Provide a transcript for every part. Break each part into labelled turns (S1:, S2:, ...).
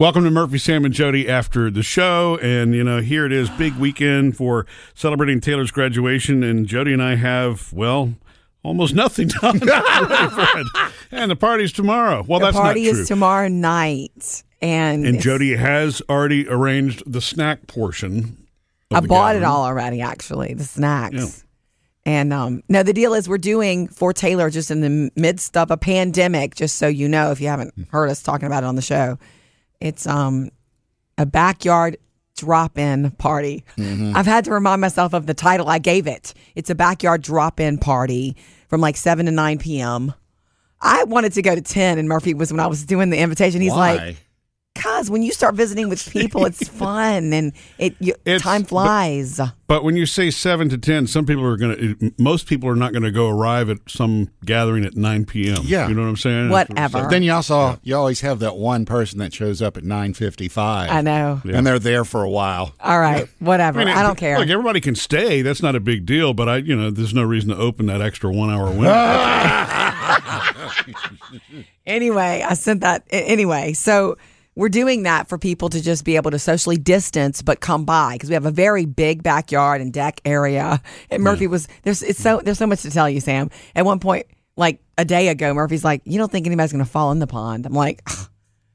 S1: Welcome to Murphy, Sam, and Jody after the show. And, you know, here it is, big weekend for celebrating Taylor's graduation. And Jody and I have, well, almost nothing done. and the party's tomorrow. Well,
S2: The
S1: that's
S2: party
S1: not true.
S2: is tomorrow night, and,
S1: and
S2: it's-
S1: Jody has already arranged the snack portion. of
S2: I
S1: the
S2: bought
S1: gathering.
S2: it all already. Actually, the snacks.
S1: Yeah.
S2: And um, no, the deal is we're doing for Taylor just in the midst of a pandemic. Just so you know, if you haven't
S1: Mm.
S2: heard us talking about it on the show, it's um a backyard drop-in party.
S1: Mm-hmm.
S2: I've had to remind myself of the title I gave it. It's a backyard drop-in party from like seven to nine p.m. I wanted to go to ten, and Murphy was when I was doing the invitation. He's
S3: Why?
S2: like, "Cause when you start visiting with people, it's fun and it you,
S1: It's- Mm-hmm.
S2: time
S1: but-
S2: flies."
S1: But when you say seven to ten, some people are going to. Most people are not going to go arrive at some gathering at nine p.m.
S3: Yeah.
S1: you know what I'm saying.
S2: Whatever.
S3: But then you also you always have that one person that shows up at nine fifty five.
S2: I know.
S3: and they're there for a while.
S2: All right, whatever. I,
S1: mean,
S2: don't care.
S1: Look, everybody can stay. That's not a big deal. But I, you know, there's no reason to open that extra one hour window.
S2: anyway, I sent that. a- Anyway, so we're doing that for people to just be able to socially distance but come by because we have a very big backyard and deck area.
S1: Mm.
S2: And Murphy was there's it's so there's so much to tell you, Sam. At one point, like a day ago, Murphy's like, "You don't think anybody's going to fall in the pond?" I'm like,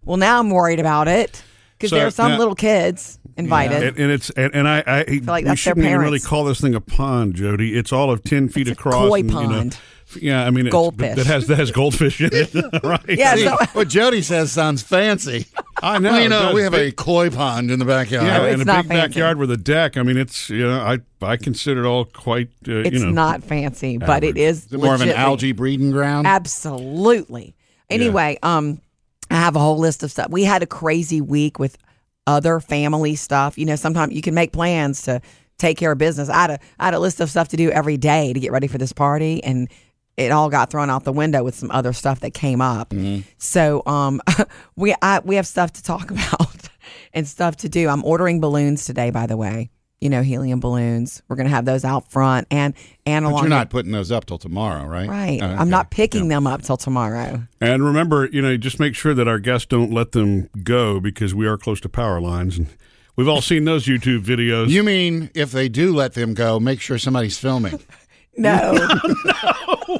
S2: "Well, now I'm worried about it because
S1: So
S2: there are some
S1: now-
S2: little kids invited."
S1: and, and it's and, and I, I, I feel
S2: like
S1: we
S2: that's their
S1: shouldn't even really
S2: parents.
S1: call this thing a pond, Jody. It's all of ten feet across.
S2: koi
S1: and, you know,
S2: pond.
S1: f- yeah, I mean, it's-
S2: Goldfish.
S1: that has that has goldfish in it, right?
S2: Yeah,
S3: See,
S2: so-
S3: what Jody says sounds fancy.
S1: I know.
S3: you know,
S1: it
S3: we
S1: does.
S3: have a koi pond in the backyard.
S1: Yeah,
S2: No,
S1: and
S2: it's
S1: a
S2: not
S1: big
S2: fancy.
S1: backyard with a deck. I mean, it's you know, I I consider it all quite. Uh,
S2: it's
S1: you know,
S2: not fancy, but it is,
S3: Is it more of an
S2: legitly-
S3: algae breeding ground?
S2: Absolutely. Anyway, um, I have a whole list of stuff. We had a crazy week with other family stuff. You know, sometimes you can make plans to take care of business. I had a I had a list of stuff to do every day to get ready for this party, and it all got thrown out the window with some other stuff that came up.
S3: Mm-hmm.
S2: So, um, we I, we have stuff to talk about and stuff to do. I'm ordering balloons today, by the way. You know, helium balloons. We're gonna have those out front and and
S3: but
S2: along
S3: you're
S2: the
S3: not putting those up till tomorrow, right?
S2: Right.
S3: Oh,
S2: I'm
S3: okay.
S2: not picking them up till tomorrow.
S1: And remember, you know, just make sure that our guests don't let them go because we are close to power lines, and we've all seen those YouTube videos.
S3: You mean if they do let them go, make sure somebody's filming.
S2: No,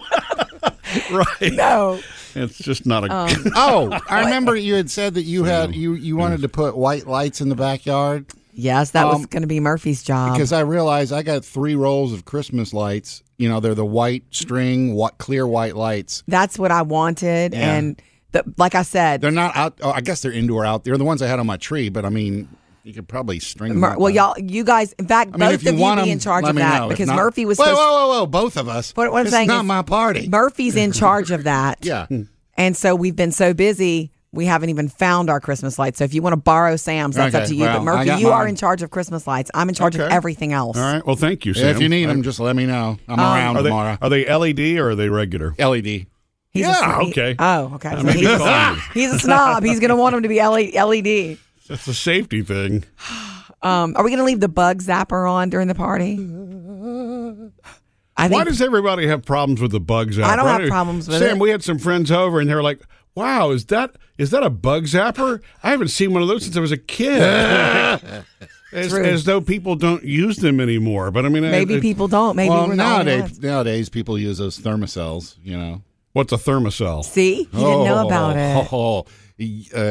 S1: right?
S2: no.
S1: It's just not a.
S3: oh, I remember you had said that you had you you wanted to put white lights in the backyard
S2: Yes, that was
S3: Um,
S2: going to be Murphy's job.
S3: because I realized I got three rolls of Christmas lights. You know, they're the white string, what clear white lights.
S2: That's what I wanted,
S3: Yeah.
S2: and the, like I said,
S3: They're not out. Oh, I guess they're indoor out. They're the ones I had on my tree, but I mean, you could probably string them.
S2: Mur-
S3: up.
S2: well, y'all, you guys, in fact,
S3: I mean,
S2: both
S3: if you
S2: of you
S3: want
S2: be
S3: them,
S2: in charge
S3: let
S2: of
S3: me
S2: that
S3: know. If
S2: because
S3: not-
S2: Murphy was.
S3: Whoa,
S2: supposed-
S3: whoa, whoa, whoa! Both of us.
S2: What, what I'm
S3: it's
S2: saying
S3: not
S2: is Hmm.
S3: my party.
S2: Murphy's in charge of that.
S3: yeah,
S2: and so we've been so busy. We haven't even found our Christmas lights. So if you want to borrow Sam's, that's up
S3: Okay,
S2: to you.
S3: well,
S2: but
S3: I
S2: Murphy,
S3: got
S2: you are
S3: mine.
S2: in charge of Christmas lights. I'm in charge of
S3: Okay.
S2: everything else.
S1: all right. Well, thank you, Sam.
S3: if you need them, just let me know.
S2: Um,
S3: I'm around
S1: are they
S3: tomorrow. E
S1: are they LED or are they regular?
S3: LED.
S2: He's a
S1: Yeah,
S2: snob. He-
S1: okay.
S2: oh, okay. So
S1: mean,
S2: he's,
S1: good call.
S2: he's a snob. He's going to want him to be E, LED.
S1: That's a safety thing.
S2: Um, are we going to leave the bug zapper on during the party? I think
S1: Why does everybody have problems with the bugs? zapper?
S2: I don't have
S1: do-
S2: problems with
S1: Sam,
S2: it.
S1: we had some friends over, and they were like, "Wow, is that is that a bug zapper? I haven't seen one of those since I was a kid." as,
S2: True.
S1: as though people don't use them anymore. But I mean,
S2: maybe
S1: it- it-
S2: people don't. Maybe
S3: well,
S2: we're the only ones.
S3: nowadays, nowadays people use those thermocells. You know,
S1: What's a thermocell?
S2: See, you didn't know about it.
S3: Oh, Uh,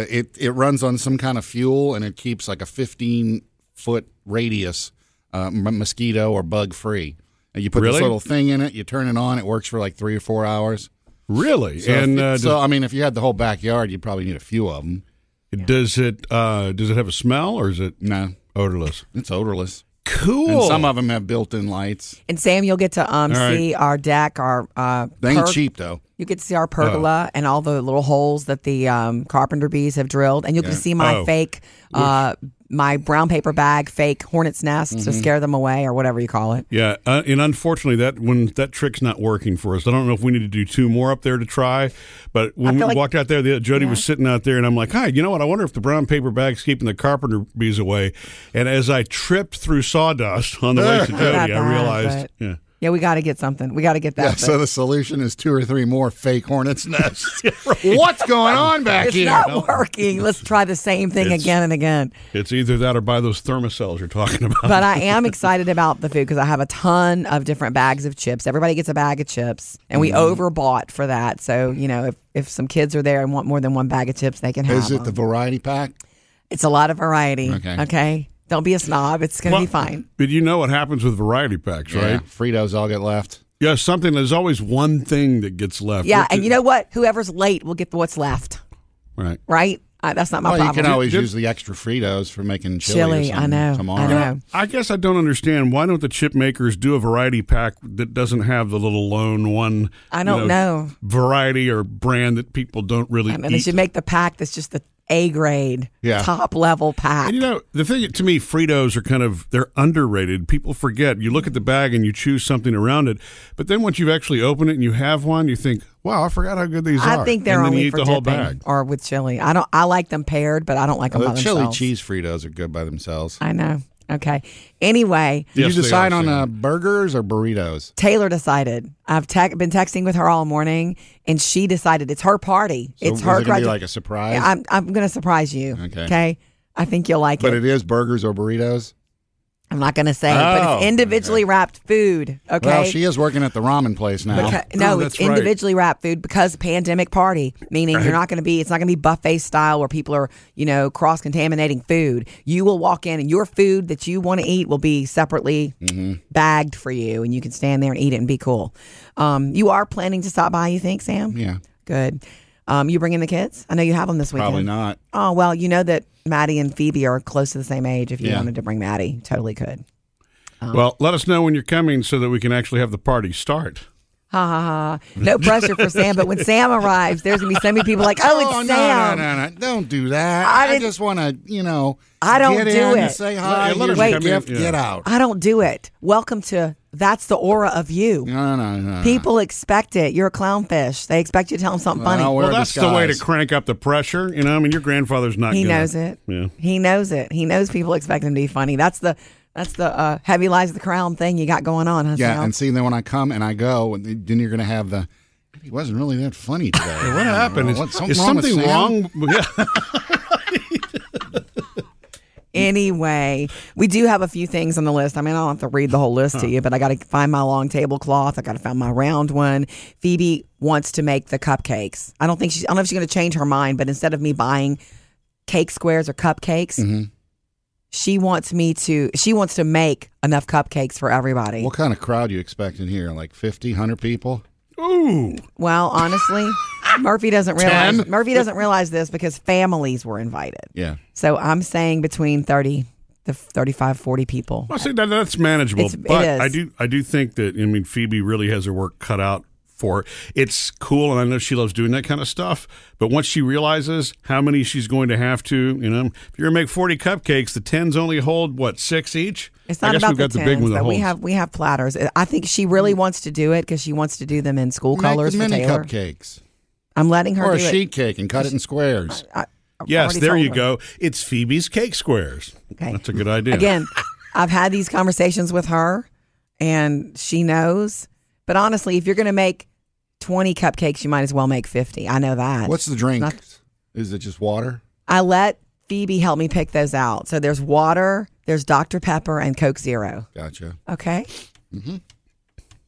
S3: it it runs on some kind of fuel and it keeps like a 15 foot radius uh, m- mosquito or bug free. And you put
S1: Really?
S3: this little thing in it, you turn it on, it works for like three or four hours.
S1: Really?
S3: So
S1: and
S3: if-
S1: uh,
S3: so I mean, if you had the whole backyard, you'd probably need a few of them.
S1: does, does it uh, does it have a smell or is it
S3: No,
S1: odorless?
S3: it's odorless.
S1: Cool.
S3: And some of them have built-in lights.
S2: And Sam, you'll get to um
S1: All right.
S2: see our deck, our uh,
S3: They ain't
S2: per-
S3: cheap though.
S2: You get to see our
S1: Oh.
S2: pergola and all the little holes that the um, carpenter bees have drilled, and you'll get to see my
S1: Oh.
S2: fake, uh, my brown paper bag fake hornet's nest
S1: Mm-hmm.
S2: to scare them away or whatever you call it.
S1: yeah, uh, and unfortunately, that when that trick's not working for us. I don't know if we need to do two more up there to try. But when we
S2: feel like-
S1: walked out there, the, Jody was sitting out there, and I'm like, "Hi, you know what? I wonder if the brown paper bag's keeping the carpenter bees away." And as I tripped through sawdust on the way to Jody,
S2: Not bad,
S1: I realized, yeah,
S2: Yeah, we got to get something. We got to get that.
S3: Yeah,
S2: but
S3: so the solution is two or three more fake hornets' nests. What's going on back
S2: it's
S3: here?
S2: not working. Let's try the same thing
S1: It's-
S2: again and again.
S1: It's either that or buy those thermocells you're talking about.
S2: But I am excited about the food because I have a ton of different bags of chips. Everybody gets a bag of chips, and we
S3: Mm-hmm.
S2: overbought for that. So you know, if, if some kids are there and want more than one bag of chips, they can have
S3: Is it
S2: them.
S3: the variety pack?
S2: It's a lot of variety.
S3: Okay.
S2: Okay. Don't be a snob. It's going to
S1: Well,
S2: be fine.
S1: But you know what happens with variety packs,
S3: Yeah,
S1: right?
S3: Fritos all get left.
S1: Yeah, something. There's always one thing that gets left.
S2: Yeah.
S1: What
S2: And
S1: did-
S2: you know what? Whoever's late will get the what's left,
S1: right?
S2: right? Uh, that's not my
S3: Well, Oh, you
S2: problem.
S3: can always
S1: Did-
S3: use the extra Fritos for making chili. or
S2: Chili. I
S3: something
S2: know.
S3: Tomorrow.
S2: I know.
S1: I guess I don't understand why don't the chip makers do a variety pack that doesn't have the little lone one.
S2: I
S1: you
S2: don't know.
S1: variety or brand that people don't really.
S2: I mean,
S1: eat.
S2: they should make the pack that's just the A grade,
S3: Yeah.
S2: top level pack.
S1: And you know, the thing to me, Fritos are kind of they're underrated. People forget. You look at the bag and you choose something around it, but then once you've actually opened it and you have one, you think, "Wow, I forgot how good these are."
S2: I think they're
S1: and then
S2: only
S1: you eat
S2: for
S1: the whole
S2: dipping
S1: bag.
S2: or with chili. I don't. I like them paired, but I don't like them by
S3: The Uh, chili
S2: themselves.
S3: cheese Fritos are good by themselves.
S2: I know. Okay. Anyway,
S3: Did
S1: Yes, they
S3: you
S1: are
S3: decide on
S1: the same.
S3: uh, burgers or burritos?
S2: Taylor decided. I've te- been texting with her all morning, and she decided it's her party.
S3: So
S2: it's
S3: is
S2: her.
S3: it gonna be
S2: gradu-
S3: like a surprise?
S2: I'm I'm gonna surprise you.
S3: Okay.
S2: I think you'll like
S3: but
S2: it.
S3: it is burgers or burritos.
S2: I'm not gonna say, but it's
S3: Oh,
S2: individually wrapped food. Okay.
S3: Well, she is working at the ramen place now.
S2: Beca-
S1: Oh,
S2: no,
S1: that's
S2: it's
S1: right.
S2: individually wrapped food because pandemic party, meaning you're not going to be, it's not going to be buffet style where people are, you know, cross contaminating food. You will walk in and your food that you want to eat will be separately
S3: Mm-hmm.
S2: bagged for you and you can stand there and eat it and be cool. Um, you are planning to stop by, you think, Sam?
S3: yeah,
S2: Good. Um, you bringing the kids? I know you have them this weekend.
S3: probably not.
S2: Oh, well, you know that Maddie and Phoebe are close to the same age. If you
S3: Yeah.
S2: wanted to bring Maddie, you totally could. Uh-huh.
S1: Well, let us know when you're coming so that we can actually have the party start.
S2: Ha ha ha. No pressure for Sam, but when Sam arrives, there's going to be so many people like, oh, it's
S3: no,
S2: Sam.
S3: no, no, no! Don't do that.
S2: I
S3: I,
S2: didn't-
S3: just want to, you know,
S2: I don't
S3: get
S2: do
S3: in
S2: it.
S3: and say hi.
S1: Let- let
S3: here's
S1: her
S3: your
S1: come in,
S3: gift,
S1: yeah.
S3: get out.
S2: I don't do it. Welcome to That's the Aura of You.
S3: No, no, no, no.
S2: People expect it. You're a clownfish. They expect you to tell them something
S3: Well,
S2: funny.
S3: we're- Wear
S1: Well,
S3: a
S1: that's the way to
S3: disguise.
S1: crank up the pressure. You know, I mean, your grandfather's not.
S2: He
S1: gonna-
S2: knows it.
S1: Yeah.
S2: He knows it. He knows people expect him to be funny. That's the that's the uh, heavy lies of the crown thing you got going on, huh?
S3: Yeah,
S2: Sal?
S3: and see, then when I come and I go, and then you're going to have the. He wasn't really that funny today.
S1: What happened? Is,
S3: What's-
S1: is
S3: with
S1: something
S3: Sam?
S1: wrong? Yeah.
S2: Anyway, we do have a few things on the list. I mean, I don't have to read the whole list to you, but I got to find my long tablecloth. I got to find my round one. Phoebe wants to make the cupcakes. I don't think she's, I don't know if she's going to change her mind, but instead of me buying cake squares or cupcakes,
S3: Mm-hmm.
S2: she wants me to, she wants to make enough cupcakes for everybody.
S3: What kind of crowd you expecting here? Like 50, 100 people?
S1: Ooh.
S2: Well, honestly, Murphy doesn't realize,
S3: Ten?
S2: Murphy doesn't realize this because families were invited.
S3: Yeah.
S2: So I'm saying between 30 to 35, 40 people.
S1: Well, see, that, that's manageable,
S2: It's- it
S1: but
S2: is.
S1: I do I do think that I mean Phoebe really has her work cut out for it. It's cool, and I know she loves doing that kind of stuff. But once she realizes how many she's going to have to, you know, if you're gonna make forty cupcakes, the tens only hold what six each.
S2: It's
S1: I
S2: not
S1: guess
S2: about
S1: we've got
S2: the
S1: the, Mm.
S2: tins,
S1: big one that
S2: but we
S1: holds.
S2: have we have platters. I think she really wants to do it because she wants to do them in school colors
S3: Make
S2: for
S3: the mini
S2: Taylor.
S3: cupcakes.
S2: I'm letting her
S3: Or a
S2: do it.
S3: sheet cake and cut it in squares.
S2: I- I've
S1: yes,
S2: already
S1: there
S2: told
S1: you
S2: her.
S1: go. It's Phoebe's cake squares.
S2: Okay.
S1: That's a good idea.
S2: Again, I've had these conversations with her, and she knows. But honestly, if you're going to make 20 cupcakes, you might as well make 50. I know that.
S3: What's the drink?
S2: Not-
S3: Is it just water?
S2: I let Phoebe help me pick those out. So there's water, there's Dr Pepper, and Coke Zero.
S3: Gotcha.
S2: Okay.
S1: Mm-hmm.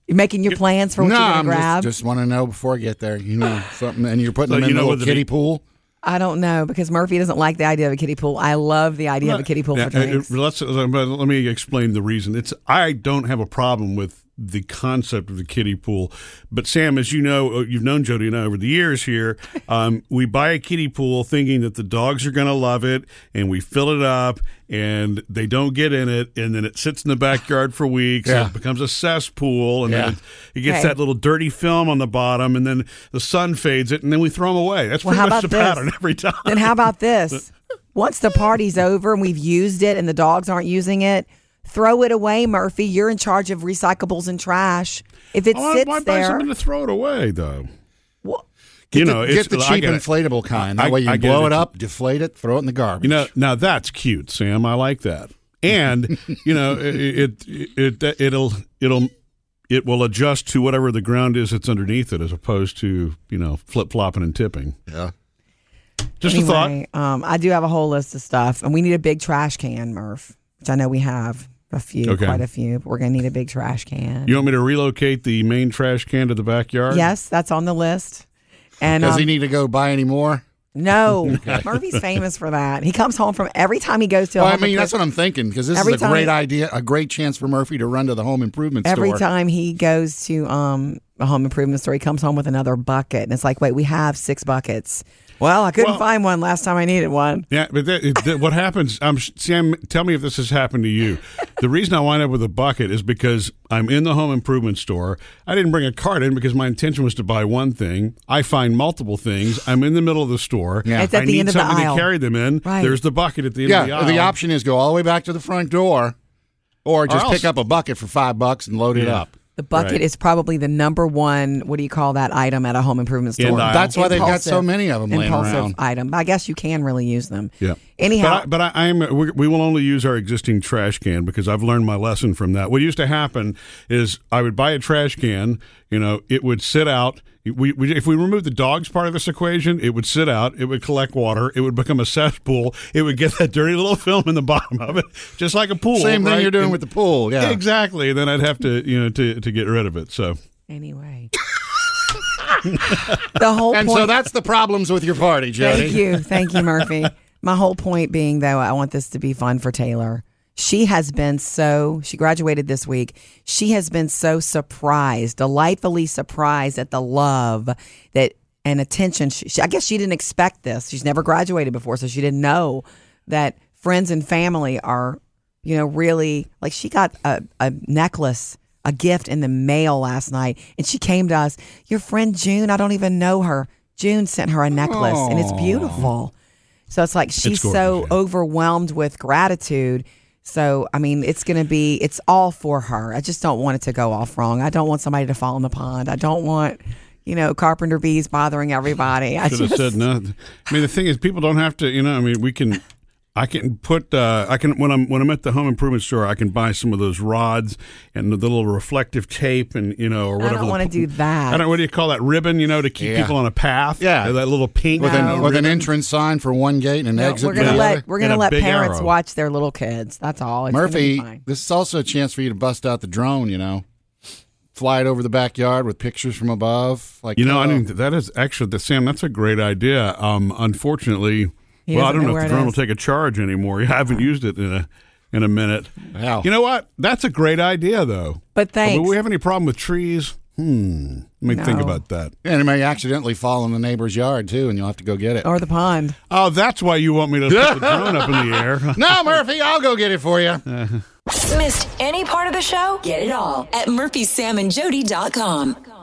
S2: You're making your plans for what
S3: no,
S2: you're going
S3: I'm
S2: to grab.
S3: just, just want to know before I get there. You know something, and you're putting
S1: So
S3: them in
S1: you know
S3: the
S1: what the
S3: little kiddie
S1: big-
S3: pool.
S2: I don't know because Murphy doesn't like the idea of a kiddie pool. I love the idea of a kiddie pool
S1: Now,
S2: for
S1: uh, uh,
S2: drinks.
S1: let's, uh, but let me explain the reason. It's I don't have a problem with the concept of the kiddie pool, but Sam, as you know, uh, you've known Jody and I over the years here. Um, we buy a kiddie pool thinking that the dogs are going to love it, and we fill it up, and they don't get in it, and then it sits in the backyard for weeks.
S3: Yeah.
S1: And it becomes a cesspool, and
S3: Yeah.
S1: then it, it gets
S2: Okay.
S1: that little dirty film on the bottom, and then the sun fades it, and then we throw them away. That's
S2: Well,
S1: pretty
S2: how
S1: much the
S2: about this?
S1: pattern every time.
S2: Then how about this? Once the party's over and we've used it and the dogs aren't using it, throw it away, Murphy. You're in charge of recyclables and trash. If it
S1: Why-
S2: sits
S1: why Oh, buy
S2: there,
S1: something to throw it away though?
S2: well,
S1: you
S3: Get
S1: know,
S3: the,
S1: it's
S3: get the
S1: I
S3: cheap
S1: get it.
S3: inflatable kind. That
S1: I-
S3: way you
S1: I
S3: can
S1: get
S3: blow
S1: it.
S3: it up, deflate it, throw it in the garbage.
S1: You know, now that's cute, Sam. I like that. And you know, it it, it it it'll it'll it will adjust to whatever the ground is that's underneath it, as opposed to you know flip flopping and tipping.
S3: Yeah.
S1: Just a thought.
S2: anyway, um, I do have a whole list of stuff, and we need a big trash can, Murph, which I know we have a few,
S1: Okay.
S2: quite a few. But we're gonna need a big trash can.
S1: You want me to relocate the main trash can to the backyard?
S2: Yes, that's on the list. And
S3: Does
S2: um,
S3: he need to go buy any more?
S2: no, Murphy's famous for that. He comes home from every time he goes to. A
S3: Well, I
S2: home
S3: mean,
S2: improvement-
S3: that's what I'm thinking because this
S2: Every
S3: is a
S2: time-
S3: great idea, a great chance for Murphy to run to the home improvement
S2: Every
S3: store.
S2: time he goes to um a home improvement store, he comes home with another bucket, and it's like, wait, we have six buckets. Well, I couldn't
S1: Well-
S2: find one last time I needed one.
S1: Yeah, but that, it- that, what happens? I'm Sam. Tell me if this has happened to you. The reason I wind up with a bucket is because I'm in the home improvement store. I didn't bring a cart in because my intention was to buy one thing. I find multiple things. I'm in the middle of the store.
S3: Yeah.
S2: It's at
S1: I
S2: the
S1: need
S2: end of the
S1: something
S2: aisle.
S1: to carry them in.
S2: Right.
S1: There's the bucket at the end
S3: Yeah,
S1: of the
S3: the,
S1: aisle.
S3: option is go all the way back to the front door, or just
S1: Or else-
S3: pick up a bucket for five bucks and load it
S1: Yeah.
S3: up.
S2: The bucket
S1: Right.
S2: is probably the number one. What do you call that item at a home improvement store?
S1: End aisle.
S3: That's why they've got so
S2: Impulsive-
S3: many of them laying
S2: impulsive
S3: around.
S2: item. But I guess you can really use them.
S1: Yeah.
S2: Anyhow,
S1: But I, but I, I'm we we will only use our existing trash can because I've learned my lesson from that. What used to happen is I would buy a trash can, you know, it would sit out. We, we, if we remove the dogs part of this equation, it would sit out. It would collect water. It would become a cesspool. It would get that dirty little film in the bottom of it, just like a pool.
S3: Same thing
S1: right?
S3: you're doing
S1: And-
S3: with the pool. Yeah.
S1: exactly. Then I'd have to you know to, to get rid of it. So
S2: anyway, the whole
S3: And
S2: point.
S3: so that's the problems with your party, Jody.
S2: Thank you. Thank you, Murphy. My whole point being, though, I want this to be fun for Taylor. She has been so, she graduated this week. She has been so surprised, delightfully surprised at the love that and attention. She, she- I guess she didn't expect this. She's never graduated before, so she didn't know that friends and family are, you know, really like she got a, a necklace, a gift in the mail last night, and she came to us. Your friend June, I don't even know her. June sent her a necklace, and it's beautiful. So it's like she's
S1: gorgeous,
S2: so
S1: yeah.
S2: overwhelmed with gratitude. So I mean, it's going to be it's all for her. I just don't want it to go off wrong. I don't want somebody to fall in the pond. I don't want you know carpenter bees bothering everybody. I
S1: should have
S2: just-
S1: said nothing. I mean, the thing is, people don't have to. You know, I mean, we can. I can put. Uh, I can when I'm when I'm at the home improvement store. I can buy some of those rods and the little reflective tape and you know or
S2: I
S1: whatever.
S2: don't
S1: the-
S2: want to do that.
S1: I don't. What do you call that ribbon? You know, to keep
S3: Yeah.
S1: people on a path.
S3: Yeah.
S1: that little pink
S3: With,
S2: No.
S3: an, with an entrance sign for one gate and an
S2: No,
S3: exit
S2: we're
S3: for
S2: gonna
S1: Yeah.
S3: the other.
S2: let we're
S1: And
S2: gonna
S1: a
S2: let
S1: big
S2: parents
S1: arrow.
S2: watch their little kids. That's all. It's gonna be
S3: Murphy,
S2: fine.
S3: this is also a chance for you to bust out the drone, you know. Fly it over the backyard with pictures from above. Like
S1: You know, I
S3: oh.
S1: mean, that is actually the Sam. That's a great idea. Um, unfortunately,
S2: He
S1: well, I
S2: doesn't
S1: don't
S2: know
S1: know,
S2: where
S1: if the
S2: it
S1: drone will
S2: is.
S1: take a charge anymore. I haven't used it in a in a minute.
S3: Wow.
S1: You know what? That's a great idea, though.
S2: But
S1: Will
S2: thanks.
S1: we have any problem with trees? Hmm. Let me think
S2: No.
S1: about that.
S3: And it may accidentally fall in the neighbor's yard too, and you'll have to go get it.
S2: or the pond.
S1: Oh, that's why you want me to put the drone up in the air.
S3: No, Murphy, I'll go get it for you.
S4: Missed any part of the show? Get it all at murphysamandjody.com.